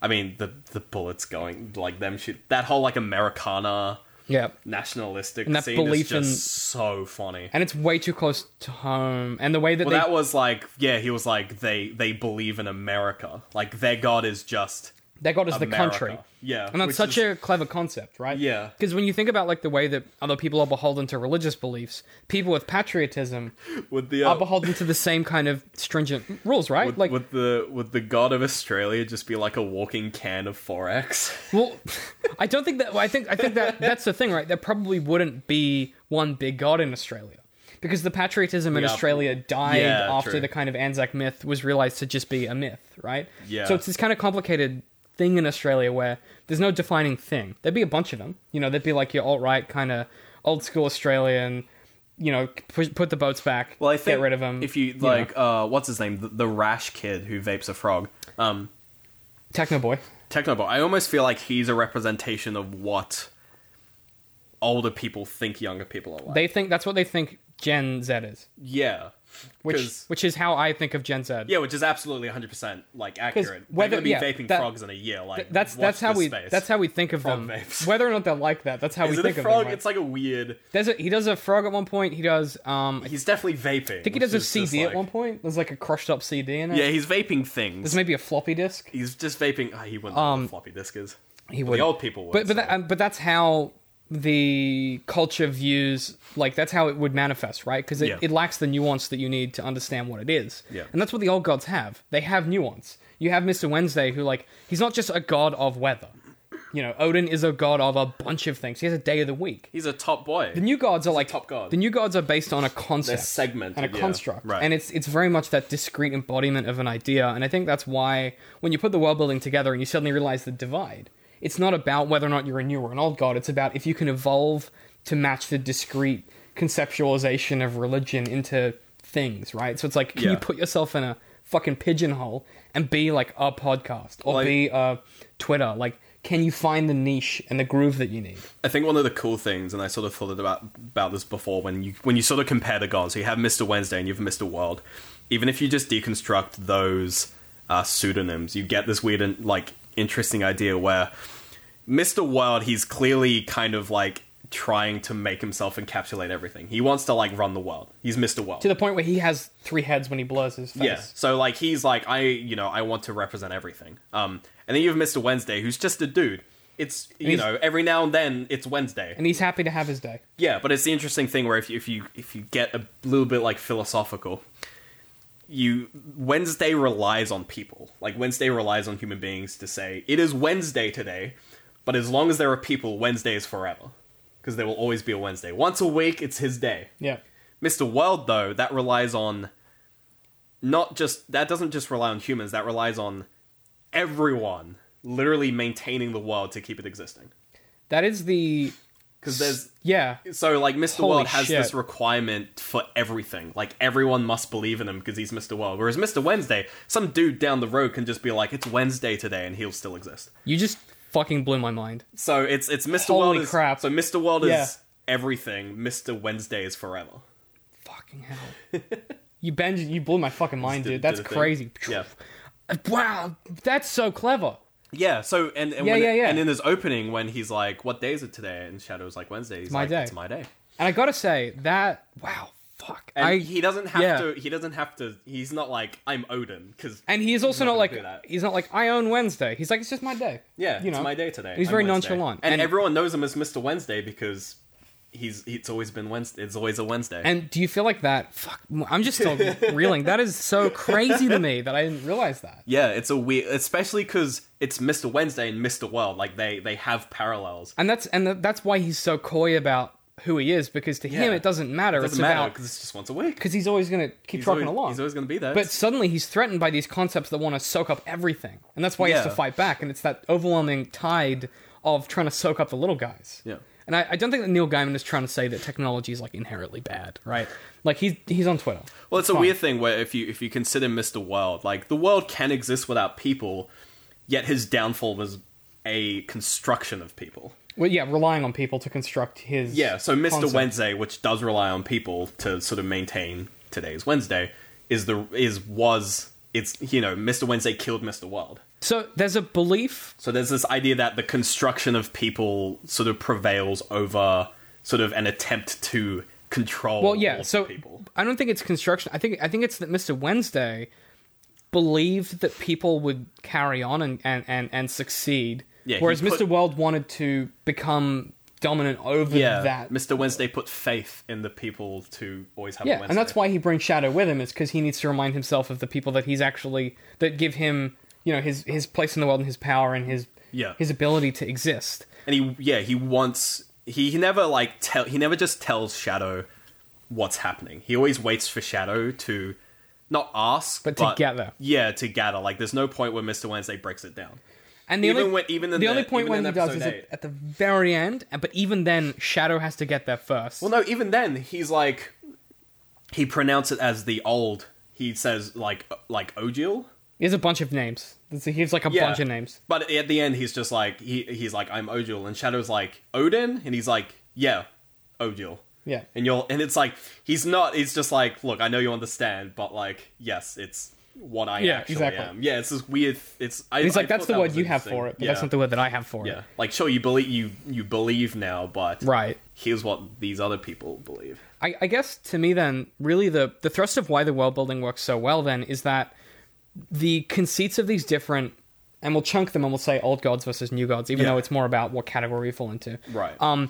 [SPEAKER 2] I mean the the bullets going like them shoot that whole like Americana
[SPEAKER 1] yeah,
[SPEAKER 2] nationalistic
[SPEAKER 1] that
[SPEAKER 2] scene
[SPEAKER 1] belief
[SPEAKER 2] is just
[SPEAKER 1] in-
[SPEAKER 2] so funny.
[SPEAKER 1] and it's way too close to home. And the way that
[SPEAKER 2] Well,
[SPEAKER 1] they
[SPEAKER 2] that was like yeah, he was like they they believe in America, like their god is just
[SPEAKER 1] they got us the
[SPEAKER 2] America.
[SPEAKER 1] country.
[SPEAKER 2] Yeah,
[SPEAKER 1] And that's
[SPEAKER 2] which
[SPEAKER 1] such
[SPEAKER 2] is-
[SPEAKER 1] a clever concept, right?
[SPEAKER 2] Yeah.
[SPEAKER 1] Because when you think about like the way that other people are beholden to religious beliefs, people with patriotism
[SPEAKER 2] with the
[SPEAKER 1] are
[SPEAKER 2] uh,
[SPEAKER 1] beholden to the same kind of stringent rules, right?
[SPEAKER 2] would,
[SPEAKER 1] like,
[SPEAKER 2] would the would the god of Australia just be like a walking can of forex?
[SPEAKER 1] well, I don't think that. well, I think I think that that's the thing, right? There probably wouldn't be one big god in Australia because the patriotism in
[SPEAKER 2] Yeah.
[SPEAKER 1] Australia died
[SPEAKER 2] Yeah,
[SPEAKER 1] after
[SPEAKER 2] true.
[SPEAKER 1] the kind of Anzac myth was realized to just be a myth, right?
[SPEAKER 2] Yeah.
[SPEAKER 1] So it's this kind of complicated thing in Australia where there's no defining thing. There'd be a bunch of them. You know, there'd be like your alt right kind of old school Australian. You know, put, put the boats back.
[SPEAKER 2] Well, I think
[SPEAKER 1] get rid of them.
[SPEAKER 2] If you
[SPEAKER 1] know,
[SPEAKER 2] like, uh, what's his name, the, the rash kid who vapes a frog, um,
[SPEAKER 1] techno boy.
[SPEAKER 2] Technobot. I almost feel like he's a representation of what older people think younger people are like.
[SPEAKER 1] They think that's what they think Gen Z is,
[SPEAKER 2] yeah,
[SPEAKER 1] which
[SPEAKER 2] 'Cause-
[SPEAKER 1] which is how I think of Gen Z.
[SPEAKER 2] yeah, which is absolutely 100 percent like accurate.
[SPEAKER 1] whether-
[SPEAKER 2] They're gonna be
[SPEAKER 1] yeah,
[SPEAKER 2] vaping
[SPEAKER 1] that-
[SPEAKER 2] frogs in a year. Like
[SPEAKER 1] that's
[SPEAKER 2] watch
[SPEAKER 1] that's how
[SPEAKER 2] this
[SPEAKER 1] we
[SPEAKER 2] space.
[SPEAKER 1] that's how we think of
[SPEAKER 2] Frog
[SPEAKER 1] them.
[SPEAKER 2] vapes.
[SPEAKER 1] Whether or not they're like that, that's how
[SPEAKER 2] Is
[SPEAKER 1] we
[SPEAKER 2] it a
[SPEAKER 1] think of
[SPEAKER 2] frog?
[SPEAKER 1] them. Right?
[SPEAKER 2] It's like a weird.
[SPEAKER 1] There's a, he does a frog at one point. He does. Um, I
[SPEAKER 2] He's definitely vaping. I
[SPEAKER 1] think he does a CD at one point. There's like a crushed up CD in it.
[SPEAKER 2] Yeah, he's vaping things.
[SPEAKER 1] There's Um, maybe a floppy disk.
[SPEAKER 2] He's just vaping. Oh, he wouldn't know what a floppy disk is.
[SPEAKER 1] He
[SPEAKER 2] Well,
[SPEAKER 1] would.
[SPEAKER 2] the old people would.
[SPEAKER 1] But but
[SPEAKER 2] so-
[SPEAKER 1] that, um, but that's how the culture views like that's how it would manifest, right? Because it,
[SPEAKER 2] Yeah.
[SPEAKER 1] it lacks the nuance that you need to understand what it is.
[SPEAKER 2] Yeah.
[SPEAKER 1] And that's what the old gods have. They have nuance. You have Mr. Wednesday who like he's not just a god of weather. You know, Odin is a god of a bunch of things. He has a day of the week.
[SPEAKER 2] he's a top boy.
[SPEAKER 1] The new gods are like
[SPEAKER 2] top god.
[SPEAKER 1] The new gods are based on a concept,
[SPEAKER 2] They're segmented,
[SPEAKER 1] and a
[SPEAKER 2] yeah.
[SPEAKER 1] construct,
[SPEAKER 2] Right.
[SPEAKER 1] and it's it's very much that discrete embodiment of an idea. And I think that's why when you put the world building together and you suddenly realize the divide, it's not about whether or not you're a new or an old god. It's about if you can evolve to match the discrete conceptualization of religion into things, right? So it's like, can you
[SPEAKER 2] Yeah.
[SPEAKER 1] put yourself in a fucking pigeonhole and be like a podcast or
[SPEAKER 2] Like-
[SPEAKER 1] be a Twitter? Like, can you find the niche and the groove that you need?
[SPEAKER 2] I think one of the cool things, and I sort of thought about about this before, when you when you sort of compare the gods, so you have Mr. Wednesday and you have Mr. World. Even if you just deconstruct those uh, pseudonyms, you get this weird and like interesting idea where Mr. World, he's clearly kind of like trying to make himself encapsulate everything. He wants to like run the world. He's Mr. World.
[SPEAKER 1] To the point where he has three heads when he blurs his face.
[SPEAKER 2] Yeah. So like he's like I you know I want to represent everything. Um, and then you have Mr. Wednesday, who's just a dude. It's you
[SPEAKER 1] he's-
[SPEAKER 2] know every now and then it's Wednesday.
[SPEAKER 1] and he's happy to have his day.
[SPEAKER 2] Yeah, but it's the interesting thing where if you, if you if you get a little bit like philosophical, you Wednesday relies on people. Like Wednesday relies on human beings to say it is Wednesday today, but as long as there are people, Wednesday is forever because there will always be a Wednesday. Once a week, it's his day.
[SPEAKER 1] Yeah.
[SPEAKER 2] Mr. World though, that relies on not just that doesn't just rely on humans, that relies on everyone literally maintaining the world to keep it existing.
[SPEAKER 1] That is the
[SPEAKER 2] Cuz there's
[SPEAKER 1] yeah.
[SPEAKER 2] so like Mr.
[SPEAKER 1] Holy
[SPEAKER 2] World has
[SPEAKER 1] shit.
[SPEAKER 2] this requirement for everything. Like everyone must believe in him because he's Mr. World. Whereas Mr. Wednesday, some dude down the road can just be like, "It's Wednesday today," and he'll still exist.
[SPEAKER 1] You just fucking blew my mind.
[SPEAKER 2] So it's it's Mr.
[SPEAKER 1] Holy
[SPEAKER 2] World. Is,
[SPEAKER 1] crap.
[SPEAKER 2] So Mr. World
[SPEAKER 1] Yeah.
[SPEAKER 2] is everything. Mr. Wednesday is forever.
[SPEAKER 1] Fucking hell. you bend you blew my fucking mind,
[SPEAKER 2] Did-
[SPEAKER 1] dude. That's
[SPEAKER 2] did a thing.
[SPEAKER 1] crazy.
[SPEAKER 2] Yeah.
[SPEAKER 1] Wow, that's so clever.
[SPEAKER 2] Yeah, so and and,
[SPEAKER 1] Yeah,
[SPEAKER 2] when
[SPEAKER 1] yeah,
[SPEAKER 2] it-
[SPEAKER 1] yeah.
[SPEAKER 2] and in his opening when he's like, "What day is it today?" and Shadow's like, "Wednesday." He's
[SPEAKER 1] my
[SPEAKER 2] like,
[SPEAKER 1] day.
[SPEAKER 2] "It's my day."
[SPEAKER 1] And I gotta say that wow, fuck.
[SPEAKER 2] And
[SPEAKER 1] I,
[SPEAKER 2] he doesn't have
[SPEAKER 1] yeah.
[SPEAKER 2] to. He doesn't have to. He's not like I'm Odin because
[SPEAKER 1] and he is also not
[SPEAKER 2] gonna
[SPEAKER 1] like
[SPEAKER 2] do that.
[SPEAKER 1] he's not like I own Wednesday. He's like it's just my day.
[SPEAKER 2] yeah,
[SPEAKER 1] you
[SPEAKER 2] it's
[SPEAKER 1] know,
[SPEAKER 2] my day today.
[SPEAKER 1] he's
[SPEAKER 2] I'm
[SPEAKER 1] very
[SPEAKER 2] Wednesday."
[SPEAKER 1] nonchalant.
[SPEAKER 2] and,
[SPEAKER 1] And-
[SPEAKER 2] everyone knows him as Mister Wednesday because he's it's always been Wednesday. It's always a Wednesday.
[SPEAKER 1] And do you feel like that? Fuck, I'm just still reeling. That is so crazy to me that I didn't realize that.
[SPEAKER 2] yeah, it's a weird, especially because it's Mister Wednesday and Mister World. Like they they have parallels.
[SPEAKER 1] And that's and th- that's why he's so coy about who he is because to him
[SPEAKER 2] Yeah.
[SPEAKER 1] it doesn't matter.
[SPEAKER 2] Doesn't
[SPEAKER 1] it's
[SPEAKER 2] matter
[SPEAKER 1] about
[SPEAKER 2] because it's just once a week.
[SPEAKER 1] because he's always going to keep
[SPEAKER 2] He's
[SPEAKER 1] trucking
[SPEAKER 2] always,
[SPEAKER 1] along.
[SPEAKER 2] he's always going to be there.
[SPEAKER 1] but suddenly he's threatened by these concepts that want to soak up everything, and that's why he has to
[SPEAKER 2] Yeah.
[SPEAKER 1] fight back. And it's that overwhelming tide of trying to soak up the little guys.
[SPEAKER 2] Yeah.
[SPEAKER 1] And I, I don't think that Neil Gaiman is trying to say that technology is like inherently bad, right? Like he's he's on Twitter.
[SPEAKER 2] Well, it's a weird thing where if you if you consider Mr. World, like the world can exist without people, yet his downfall was a construction of people.
[SPEAKER 1] Well, yeah, relying on people to construct his
[SPEAKER 2] Yeah, so Mr.
[SPEAKER 1] Concept.
[SPEAKER 2] Wednesday, which does rely on people to sort of maintain today's Wednesday, is the is was it's you know Mr. Wednesday killed Mr. World.
[SPEAKER 1] So there's a belief
[SPEAKER 2] So there's this idea that the construction of people sort of prevails over sort of an attempt to control.
[SPEAKER 1] Well, yeah. So
[SPEAKER 2] people.
[SPEAKER 1] I don't think it's construction. I think I think it's that Mr. Wednesday believed that people would carry on and and and, and succeed,
[SPEAKER 2] Yeah, he
[SPEAKER 1] whereas
[SPEAKER 2] put-
[SPEAKER 1] Mr. World wanted to become dominant over
[SPEAKER 2] Yeah,
[SPEAKER 1] that.
[SPEAKER 2] Mr. Wednesday put faith in the people to always have. a
[SPEAKER 1] yeah,
[SPEAKER 2] Wednesday.
[SPEAKER 1] and that's why he brings Shadow with him is because he needs to remind himself of the people that he's actually that give him you know his his place in the world and his power and his
[SPEAKER 2] Yeah.
[SPEAKER 1] his ability to exist.
[SPEAKER 2] and he yeah he wants he, he never like tell he never just tells shadow what's happening he always waits for shadow to not ask
[SPEAKER 1] But to gather.
[SPEAKER 2] yeah to gather like there's no point where mr wednesday breaks it down
[SPEAKER 1] And the
[SPEAKER 2] Even
[SPEAKER 1] only
[SPEAKER 2] when- even in
[SPEAKER 1] the
[SPEAKER 2] the-
[SPEAKER 1] only point
[SPEAKER 2] even
[SPEAKER 1] when he
[SPEAKER 2] in
[SPEAKER 1] does is
[SPEAKER 2] episode
[SPEAKER 1] at,
[SPEAKER 2] eight.
[SPEAKER 1] at the very end, but even then, Shadow has to get there first.
[SPEAKER 2] well no even then he's like he pronounced it as the old he says like like ogil
[SPEAKER 1] He has a bunch of names. It's- He has like a
[SPEAKER 2] Yeah.
[SPEAKER 1] bunch of names.
[SPEAKER 2] but at the end he's just like he he's like i'm ogil and shadow's like odin and he's like yeah ogil
[SPEAKER 1] Yeah.
[SPEAKER 2] and you'll and it's like he's not he's just like look i know you understand but like yes it's what i
[SPEAKER 1] Yeah,
[SPEAKER 2] actually
[SPEAKER 1] exactly.
[SPEAKER 2] am yeah it's this weird it's I,
[SPEAKER 1] He's like,
[SPEAKER 2] I
[SPEAKER 1] that's
[SPEAKER 2] thought
[SPEAKER 1] the
[SPEAKER 2] that
[SPEAKER 1] word
[SPEAKER 2] was
[SPEAKER 1] you have
[SPEAKER 2] interesting."
[SPEAKER 1] for it, but
[SPEAKER 2] yeah.
[SPEAKER 1] that's not the word that I have for
[SPEAKER 2] yeah
[SPEAKER 1] it.
[SPEAKER 2] like sure you believe you you believe now but
[SPEAKER 1] Right.
[SPEAKER 2] here's what these other people believe
[SPEAKER 1] I, I guess to me then, really the the thrust of why the world building works so well then is that the conceits of these different and we'll chunk them and we'll say old gods versus new gods, even
[SPEAKER 2] Yeah.
[SPEAKER 1] though it's more about what category you fall into.
[SPEAKER 2] right
[SPEAKER 1] Um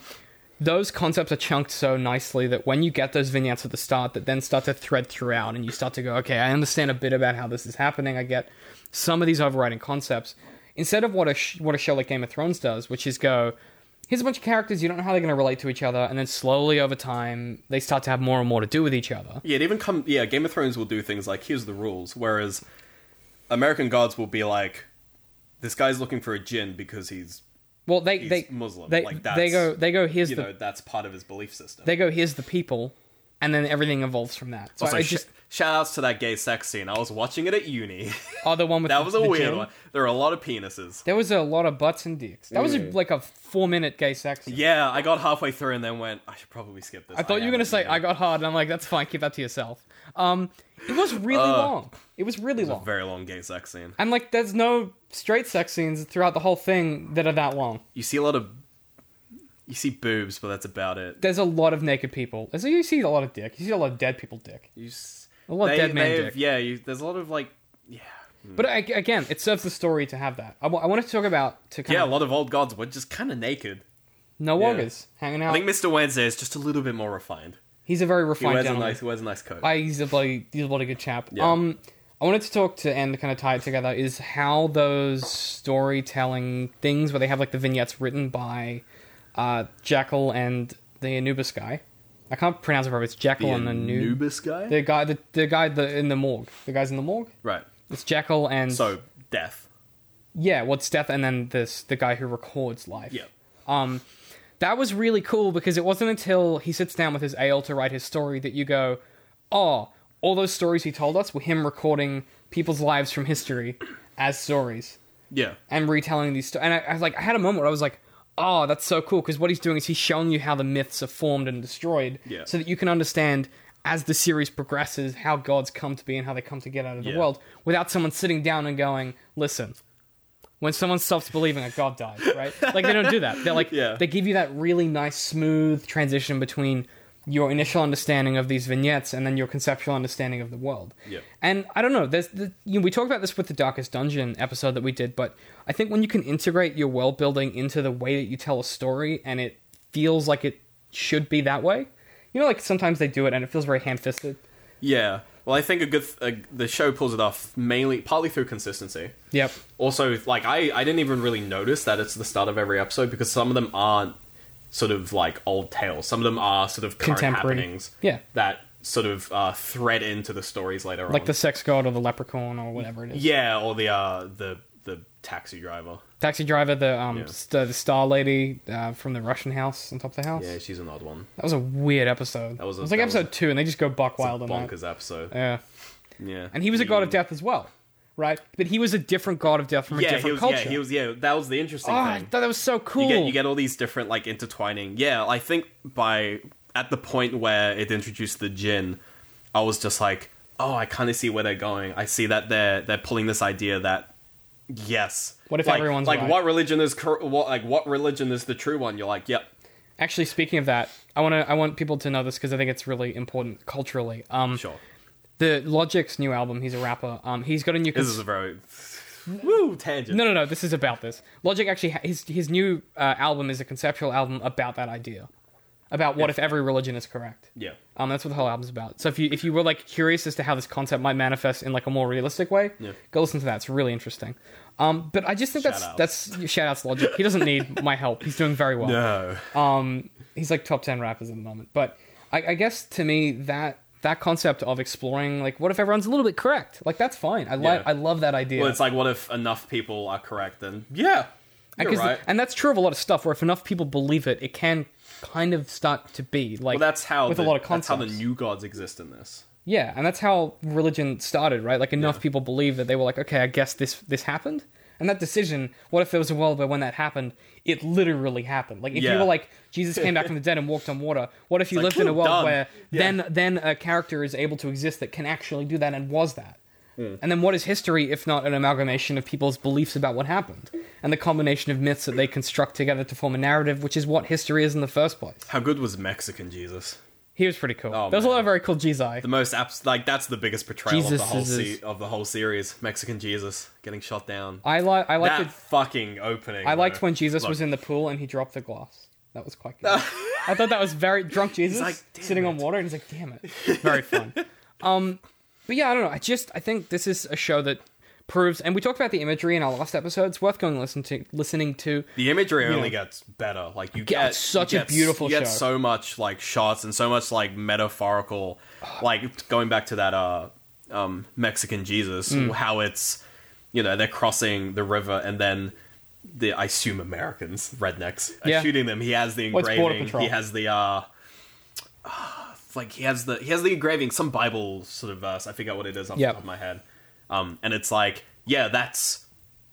[SPEAKER 1] those concepts are chunked so nicely that when you get those vignettes at the start that then start to thread throughout and you start to go, okay, I understand a bit about how this is happening. I get some of these overriding concepts. Instead of what a, sh- what a show like Game of Thrones does, which is go, here's a bunch of characters, you don't know how they're going to relate to each other, and then slowly over time, they start to have more and more to do with each other.
[SPEAKER 2] yeah it even come yeah game of thrones will do things like here's the rules whereas american gods will be like this guy's looking for a jinn because he's
[SPEAKER 1] Well, they, they,
[SPEAKER 2] Muslim,
[SPEAKER 1] they,
[SPEAKER 2] like,
[SPEAKER 1] they
[SPEAKER 2] that's-
[SPEAKER 1] go, they go, here's
[SPEAKER 2] you
[SPEAKER 1] the,
[SPEAKER 2] know that's part of his belief system
[SPEAKER 1] they go, here's the people, and then everything evolves from that. So
[SPEAKER 2] also,
[SPEAKER 1] I
[SPEAKER 2] sh-
[SPEAKER 1] just,
[SPEAKER 2] shout outs to that gay sex scene. I was watching it at uni.
[SPEAKER 1] oh, the one with
[SPEAKER 2] That was a
[SPEAKER 1] the
[SPEAKER 2] weird
[SPEAKER 1] gym?
[SPEAKER 2] one. There are a lot of penises.
[SPEAKER 1] There was a lot of butts and dicks. That was a, like a four minute gay sex. scene.
[SPEAKER 2] Yeah, I got halfway through and then went, I should probably skip this.
[SPEAKER 1] I thought you were gonna say I got hard, and I'm like, that's fine, keep that to yourself. Um, it was really
[SPEAKER 2] Uh,
[SPEAKER 1] long. It was really long.
[SPEAKER 2] Very long gay sex scene.
[SPEAKER 1] and like, there's no straight sex scenes throughout the whole thing that are that long.
[SPEAKER 2] You see a lot of. You see boobs, but that's about it.
[SPEAKER 1] There's a lot of naked people. There's- You see a lot of dick. You see a lot of dead people dick.
[SPEAKER 2] You s-
[SPEAKER 1] A lot of dead man
[SPEAKER 2] have-
[SPEAKER 1] dick.
[SPEAKER 2] Yeah, you, there's a lot of like. Yeah.
[SPEAKER 1] But I, again, it serves the story to have that. I, wa- I wanted to talk about to kind
[SPEAKER 2] Yeah, a
[SPEAKER 1] of
[SPEAKER 2] lot of old gods were just kind of naked.
[SPEAKER 1] no
[SPEAKER 2] yeah.
[SPEAKER 1] augers hanging out.
[SPEAKER 2] I think Mr. Wednesday is just a little bit more refined.
[SPEAKER 1] He's a very
[SPEAKER 2] He
[SPEAKER 1] refined
[SPEAKER 2] wears a
[SPEAKER 1] gentleman.
[SPEAKER 2] nice, he wears a nice coat.
[SPEAKER 1] I, he's a bloody, he's a bloody good chap.
[SPEAKER 2] Yeah.
[SPEAKER 1] Um, I wanted to talk to and kind of tie it together is how those storytelling things where they have like the vignettes written by uh, Jackal and the Anubis guy. I can't pronounce it properly. It's Jackal and the new
[SPEAKER 2] Anubis guy?
[SPEAKER 1] the guy the, the guy the, in the morgue. The guys in the morgue.
[SPEAKER 2] right.
[SPEAKER 1] It's Jackal and
[SPEAKER 2] So, death.
[SPEAKER 1] yeah, what's death and then this the guy who records life.
[SPEAKER 2] Yeah.
[SPEAKER 1] Um, that was really cool because it wasn't until he sits down with his ale to write his story that you go, oh, all those stories he told us were him recording people's lives from history as stories
[SPEAKER 2] Yeah.
[SPEAKER 1] and retelling these stories. And I, I was like, I had a moment where I was like, oh, that's so cool because what he's doing is he's showing you how the myths are formed and destroyed,
[SPEAKER 2] Yeah.
[SPEAKER 1] so that you can understand as the series progresses how gods come to be and how they come to get out of the
[SPEAKER 2] Yeah.
[SPEAKER 1] world without someone sitting down and going, listen. When someone stops believing a god dies, right? Like they don't do that. They're like
[SPEAKER 2] Yeah.
[SPEAKER 1] they give you that really nice smooth transition between your initial understanding of these vignettes and then your conceptual understanding of the world.
[SPEAKER 2] Yep.
[SPEAKER 1] And I don't know. There's the, you know, we talked about this with the Darkest Dungeon episode that we did, but I think when you can integrate your world building into the way that you tell a story, and it feels like it should be that way. You know, like sometimes they do it, and it feels very ham-fisted.
[SPEAKER 2] Yeah. Well, I think a good th- uh, the show pulls it off mainly partly through consistency.
[SPEAKER 1] Yep.
[SPEAKER 2] Also, like I I didn't even really notice that it's the start of every episode because some of them aren't sort of like old tales. Some of them are sort of current
[SPEAKER 1] Contemporary.
[SPEAKER 2] happenings.
[SPEAKER 1] Yeah.
[SPEAKER 2] That sort of uh, thread into the stories later on.
[SPEAKER 1] Like the sex god or the leprechaun or whatever it is.
[SPEAKER 2] yeah, or the uh, the the taxi driver.
[SPEAKER 1] Taxi driver, the um, st- the star lady uh, from the Russian house on top of the house.
[SPEAKER 2] Yeah, she's an odd one.
[SPEAKER 1] That was a weird episode. That
[SPEAKER 2] was a-
[SPEAKER 1] it was like
[SPEAKER 2] that was
[SPEAKER 1] episode two, and they just go buck wild on that.
[SPEAKER 2] Bonkers episode.
[SPEAKER 1] Yeah.
[SPEAKER 2] Yeah.
[SPEAKER 1] And he was a god of
[SPEAKER 2] Mm.
[SPEAKER 1] death as well, right? But he was a different god of death from a
[SPEAKER 2] Yeah,
[SPEAKER 1] different
[SPEAKER 2] he was.
[SPEAKER 1] culture.
[SPEAKER 2] Yeah, he was. Yeah, that was the interesting
[SPEAKER 1] Oh, I
[SPEAKER 2] thing.
[SPEAKER 1] thought that was so cool.
[SPEAKER 2] you get you get all these different like intertwining. Yeah, I think by at the point where it introduced the gin, I was just like, oh, I kind of see where they're going. I see that they're they're pulling this idea that yes,
[SPEAKER 1] What if
[SPEAKER 2] like,
[SPEAKER 1] everyone's
[SPEAKER 2] like
[SPEAKER 1] right?
[SPEAKER 2] what religion is cor- what like what religion is the true one? You're like, yep,
[SPEAKER 1] Actually, speaking of that, I want to. I want people to know this because I think it's really important culturally. Um,
[SPEAKER 2] sure.
[SPEAKER 1] the Logic's new album. He's a rapper. Um, he's got a new.
[SPEAKER 2] This
[SPEAKER 1] cons-
[SPEAKER 2] is a very woo tangent.
[SPEAKER 1] no, no, no. This is about this. Logic actually, ha- his his new uh, album is a conceptual album about that idea, about what if every religion is correct.
[SPEAKER 2] Yeah,
[SPEAKER 1] Um, that's what the whole album's about. So if you if you were like curious as to how this concept might manifest in like a more realistic way,
[SPEAKER 2] Yeah.
[SPEAKER 1] go listen to that. It's really interesting. Um, but I just think
[SPEAKER 2] Shout
[SPEAKER 1] that's that's shout outs Logic. He doesn't need my help. He's doing very well.
[SPEAKER 2] no,
[SPEAKER 1] Um, he's like top ten rappers at the moment. But I, I guess to me that that concept of exploring like what if everyone's a little bit correct? Like that's fine. I like
[SPEAKER 2] Yeah.
[SPEAKER 1] I love that idea.
[SPEAKER 2] well, it's like what if enough people are correct? Then yeah, you're
[SPEAKER 1] 'Cause the-
[SPEAKER 2] right.
[SPEAKER 1] And that's true of a lot of stuff. Where if enough people believe it, it can kind of start to be like
[SPEAKER 2] well, that's how
[SPEAKER 1] with
[SPEAKER 2] the,
[SPEAKER 1] a lot of
[SPEAKER 2] that's
[SPEAKER 1] concepts.
[SPEAKER 2] how the new gods exist in this.
[SPEAKER 1] Yeah, and that's how religion started, right? Like enough people believed that they were like, okay, I guess this this happened. And that decision, what if there was a world where when that happened, it literally happened? Like if you
[SPEAKER 2] Yeah.
[SPEAKER 1] were like Jesus came back from the dead and walked on water, what if you lived in a
[SPEAKER 2] "Ooh,
[SPEAKER 1] world
[SPEAKER 2] done."
[SPEAKER 1] where
[SPEAKER 2] Yeah.
[SPEAKER 1] then then a character is able to exist that can actually do that and was that?
[SPEAKER 2] Hmm.
[SPEAKER 1] And then what is history if not an amalgamation of people's beliefs about what happened and the combination of myths that they construct together to form a narrative, which is what history is in the first place.
[SPEAKER 2] How good was Mexican Jesus?
[SPEAKER 1] He was pretty cool.
[SPEAKER 2] Oh,
[SPEAKER 1] There's a lot
[SPEAKER 2] man.
[SPEAKER 1] of very cool Jizai.
[SPEAKER 2] The most abs- like that's the biggest portrayal of the
[SPEAKER 1] Jesus
[SPEAKER 2] whole
[SPEAKER 1] is-
[SPEAKER 2] se- of the whole series. Mexican Jesus getting shot down.
[SPEAKER 1] I like I like
[SPEAKER 2] that
[SPEAKER 1] the
[SPEAKER 2] fucking opening.
[SPEAKER 1] I liked when Jesus
[SPEAKER 2] Look.
[SPEAKER 1] was in the pool and he dropped the glass. That was quite good. I thought that was very drunk Jesus
[SPEAKER 2] like, "Damn
[SPEAKER 1] sitting on
[SPEAKER 2] it."
[SPEAKER 1] water, and he's like, "Damn it, very fun." Um, but yeah, I don't know. I just I think this is a show that proves, and we talked about the imagery in our last episode. It's worth going and listen to listening to.
[SPEAKER 2] the imagery only
[SPEAKER 1] know.
[SPEAKER 2] gets better. Like you
[SPEAKER 1] Yeah,
[SPEAKER 2] get
[SPEAKER 1] it's such
[SPEAKER 2] you
[SPEAKER 1] a
[SPEAKER 2] get-
[SPEAKER 1] beautiful
[SPEAKER 2] You get
[SPEAKER 1] show.
[SPEAKER 2] so much like shots and so much like metaphorical. Like going back to that uh um Mexican Jesus,
[SPEAKER 1] Mm.
[SPEAKER 2] how it's you know they're crossing the river and then. The I assume Americans, rednecks, are
[SPEAKER 1] Yeah.
[SPEAKER 2] shooting them. He has the
[SPEAKER 1] it's Border
[SPEAKER 2] engraving.
[SPEAKER 1] Patrol.
[SPEAKER 2] he has the uh, like he has the he has the engraving some bible sort of verse i forget what it is off
[SPEAKER 1] Yep.
[SPEAKER 2] the top of my head um and it's like yeah that's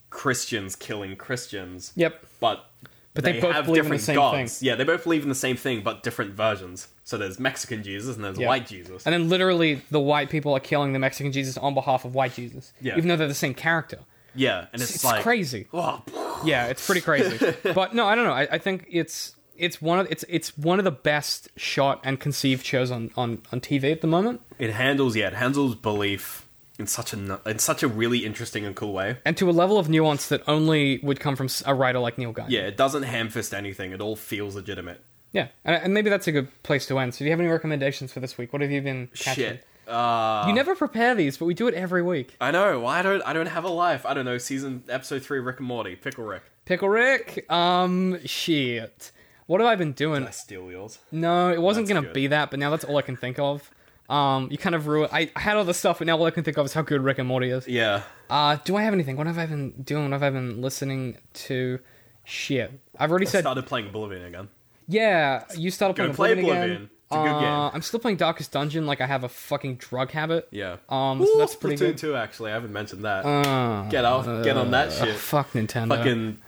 [SPEAKER 2] christians killing christians
[SPEAKER 1] Yep.
[SPEAKER 2] but but
[SPEAKER 1] they both believe in the same
[SPEAKER 2] yeah they both believe in the same thing but different versions so there's mexican jesus and there's
[SPEAKER 1] Yeah.
[SPEAKER 2] white jesus
[SPEAKER 1] And then literally, the white people are killing the Mexican Jesus on behalf of white Jesus,
[SPEAKER 2] Yeah.
[SPEAKER 1] even though they're the same character.
[SPEAKER 2] yeah and it's,
[SPEAKER 1] It's
[SPEAKER 2] like
[SPEAKER 1] crazy.
[SPEAKER 2] oh,
[SPEAKER 1] yeah, it's pretty crazy. but no, I don't know. I, I think it's it's one of it's it's one of the best shot and conceived shows on on on TV at the moment.
[SPEAKER 2] it handles yeah it handles belief in such a nu- in such a really interesting and cool way
[SPEAKER 1] and to a level of nuance that only would come from s- a writer like Neil Gaiman.
[SPEAKER 2] yeah it doesn't ham fist anything it all feels legitimate
[SPEAKER 1] Yeah, and, and maybe that's a good place to end. So, do you have any recommendations for this week? What have you been catching?
[SPEAKER 2] Shit. Uh,
[SPEAKER 1] You never prepare these, but we do it every week.
[SPEAKER 2] I know. Why I don't I don't have a life? I don't know. Season episode three, Rick and Morty, Pickle Rick.
[SPEAKER 1] Pickle Rick. Um, shit. What have I been doing?
[SPEAKER 2] I steal yours.
[SPEAKER 1] No, it wasn't
[SPEAKER 2] That's
[SPEAKER 1] gonna
[SPEAKER 2] good.
[SPEAKER 1] be that, but now that's all I can think of. Um, you kind of ruined. I I had all the stuff, but now all I can think of is how good Rick and Morty is.
[SPEAKER 2] Yeah.
[SPEAKER 1] Uh, do I have anything? What have I been doing? What have I been listening to? Shit, I've already said.
[SPEAKER 2] Started playing Oblivion again.
[SPEAKER 1] Yeah, you started
[SPEAKER 2] Go
[SPEAKER 1] playing
[SPEAKER 2] play
[SPEAKER 1] Oblivion. again.
[SPEAKER 2] Oblivion. It's a good
[SPEAKER 1] Uh,
[SPEAKER 2] game.
[SPEAKER 1] I'm still playing Darkest Dungeon. Like I have a fucking drug habit.
[SPEAKER 2] Yeah.
[SPEAKER 1] Um, so that's pretty
[SPEAKER 2] Platoon
[SPEAKER 1] good.
[SPEAKER 2] two. Actually, I haven't mentioned that.
[SPEAKER 1] Uh,
[SPEAKER 2] get out. Get on that shit.
[SPEAKER 1] fuck Nintendo.
[SPEAKER 2] Fucking.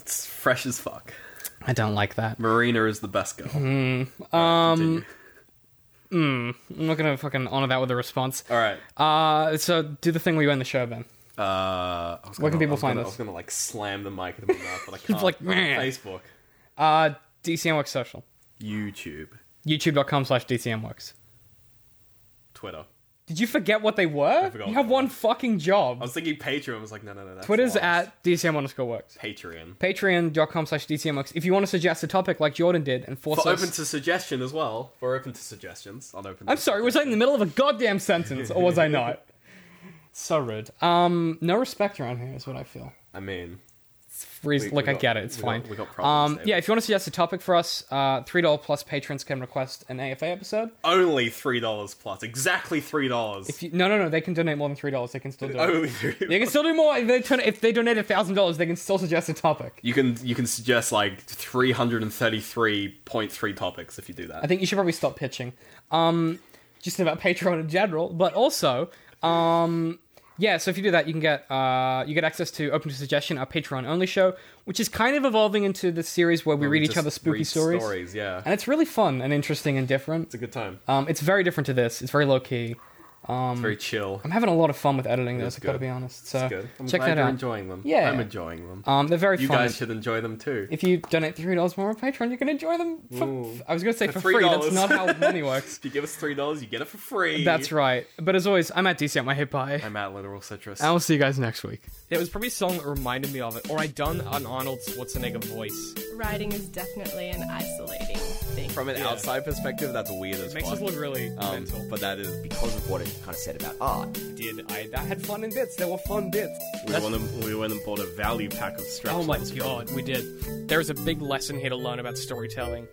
[SPEAKER 2] It's fresh as fuck.
[SPEAKER 1] I don't like that.
[SPEAKER 2] Marina is the best girl.
[SPEAKER 1] Hmm.
[SPEAKER 2] um.
[SPEAKER 1] I'm not gonna fucking honor that with a response.
[SPEAKER 2] All right.
[SPEAKER 1] Uh, so do the thing where you end the show, Ben.
[SPEAKER 2] Uh, I was
[SPEAKER 1] Where
[SPEAKER 2] gonna-
[SPEAKER 1] can people
[SPEAKER 2] I was
[SPEAKER 1] find
[SPEAKER 2] gonna-
[SPEAKER 1] us?
[SPEAKER 2] I was gonna like slam the mic into my mouth, but I can't.
[SPEAKER 1] like, "Meh."
[SPEAKER 2] Facebook,
[SPEAKER 1] Uh, DCMworks social.
[SPEAKER 2] YouTube,
[SPEAKER 1] YouTube.com slash DCMworks.
[SPEAKER 2] Twitter.
[SPEAKER 1] Did you forget what they were?
[SPEAKER 2] forgot
[SPEAKER 1] You
[SPEAKER 2] what
[SPEAKER 1] have
[SPEAKER 2] they
[SPEAKER 1] one fucking job.
[SPEAKER 2] I was thinking Patreon. I was like, no, no, no. That's
[SPEAKER 1] Twitter's
[SPEAKER 2] lost.
[SPEAKER 1] at DCM underscore works.
[SPEAKER 2] Patreon.
[SPEAKER 1] Patreon.com slash DCMworks. If you want to suggest a topic like Jordan did and force
[SPEAKER 2] But
[SPEAKER 1] us...
[SPEAKER 2] open to suggestion as well. We're open to suggestions. I'll open.
[SPEAKER 1] I'm sorry, was I in the middle of a goddamn sentence or was I not? so rude. Um, no respect around here is what I feel.
[SPEAKER 2] I mean,
[SPEAKER 1] Reason,
[SPEAKER 2] We-
[SPEAKER 1] look,
[SPEAKER 2] we
[SPEAKER 1] I
[SPEAKER 2] got-
[SPEAKER 1] get it. It's
[SPEAKER 2] we
[SPEAKER 1] fine.
[SPEAKER 2] got- we got problems,
[SPEAKER 1] um,
[SPEAKER 2] David.
[SPEAKER 1] yeah, if you want to suggest a topic for us, uh, three dollar plus patrons can request an AFA episode.
[SPEAKER 2] only three dollars plus. Exactly three dollars.
[SPEAKER 1] If you, no, no, no, they can donate more than three dollars. They can still do it.
[SPEAKER 2] Only
[SPEAKER 1] They
[SPEAKER 2] three.
[SPEAKER 1] can still do more. If they, turn, if they donate a thousand dollars, they can still suggest a topic.
[SPEAKER 2] You can you can suggest like three hundred and thirty three point three topics if you do that.
[SPEAKER 1] I think you should probably stop pitching. Um, just about Patreon in general, but also, um, yeah. So if you do that, you can get uh, you get access to Open to Suggestion, our Patreon only show, which is kind of evolving into the series where we read each
[SPEAKER 2] Just
[SPEAKER 1] other's spooky
[SPEAKER 2] read
[SPEAKER 1] stories,
[SPEAKER 2] stories. Yeah,
[SPEAKER 1] and it's really fun and interesting and different.
[SPEAKER 2] it's a good time.
[SPEAKER 1] Um, it's very different to this. It's very low key.
[SPEAKER 2] it's very chill.
[SPEAKER 1] I'm having a lot of fun with editing those.
[SPEAKER 2] That's
[SPEAKER 1] I've got to
[SPEAKER 2] good.
[SPEAKER 1] be honest. So
[SPEAKER 2] It's good. I'm
[SPEAKER 1] check
[SPEAKER 2] glad
[SPEAKER 1] that
[SPEAKER 2] you're
[SPEAKER 1] out.
[SPEAKER 2] enjoying them.
[SPEAKER 1] Yeah.
[SPEAKER 2] I'm enjoying them.
[SPEAKER 1] um, they're very
[SPEAKER 2] you
[SPEAKER 1] fun.
[SPEAKER 2] guys should enjoy them too.
[SPEAKER 1] if you donate three dollars more on Patreon, you can enjoy them. For,
[SPEAKER 2] Ooh.
[SPEAKER 1] I was going to say for,
[SPEAKER 2] For
[SPEAKER 1] free. That's
[SPEAKER 2] $3.
[SPEAKER 1] not how money works.
[SPEAKER 2] If you give us three dollars, you get it for free.
[SPEAKER 1] That's right. But as always, I'm at DC at my hip pie.
[SPEAKER 2] I'm at Literal Citrus.
[SPEAKER 1] I will see you guys next week.
[SPEAKER 3] There was probably a song that reminded me of it, or I done an Arnold Schwarzenegger voice.
[SPEAKER 4] Writing is definitely an isolating thing.
[SPEAKER 5] From an outside perspective, that's weird as
[SPEAKER 3] Makes
[SPEAKER 5] fuck.
[SPEAKER 3] us look really
[SPEAKER 5] um,
[SPEAKER 3] mental.
[SPEAKER 5] but that is because of what it kind of said about art.
[SPEAKER 3] Did I? I had fun in bits. There were fun bits.
[SPEAKER 6] We went, and, we went and bought a value pack of straps.
[SPEAKER 3] Oh my god, we did. There is a big lesson here to learn about storytelling.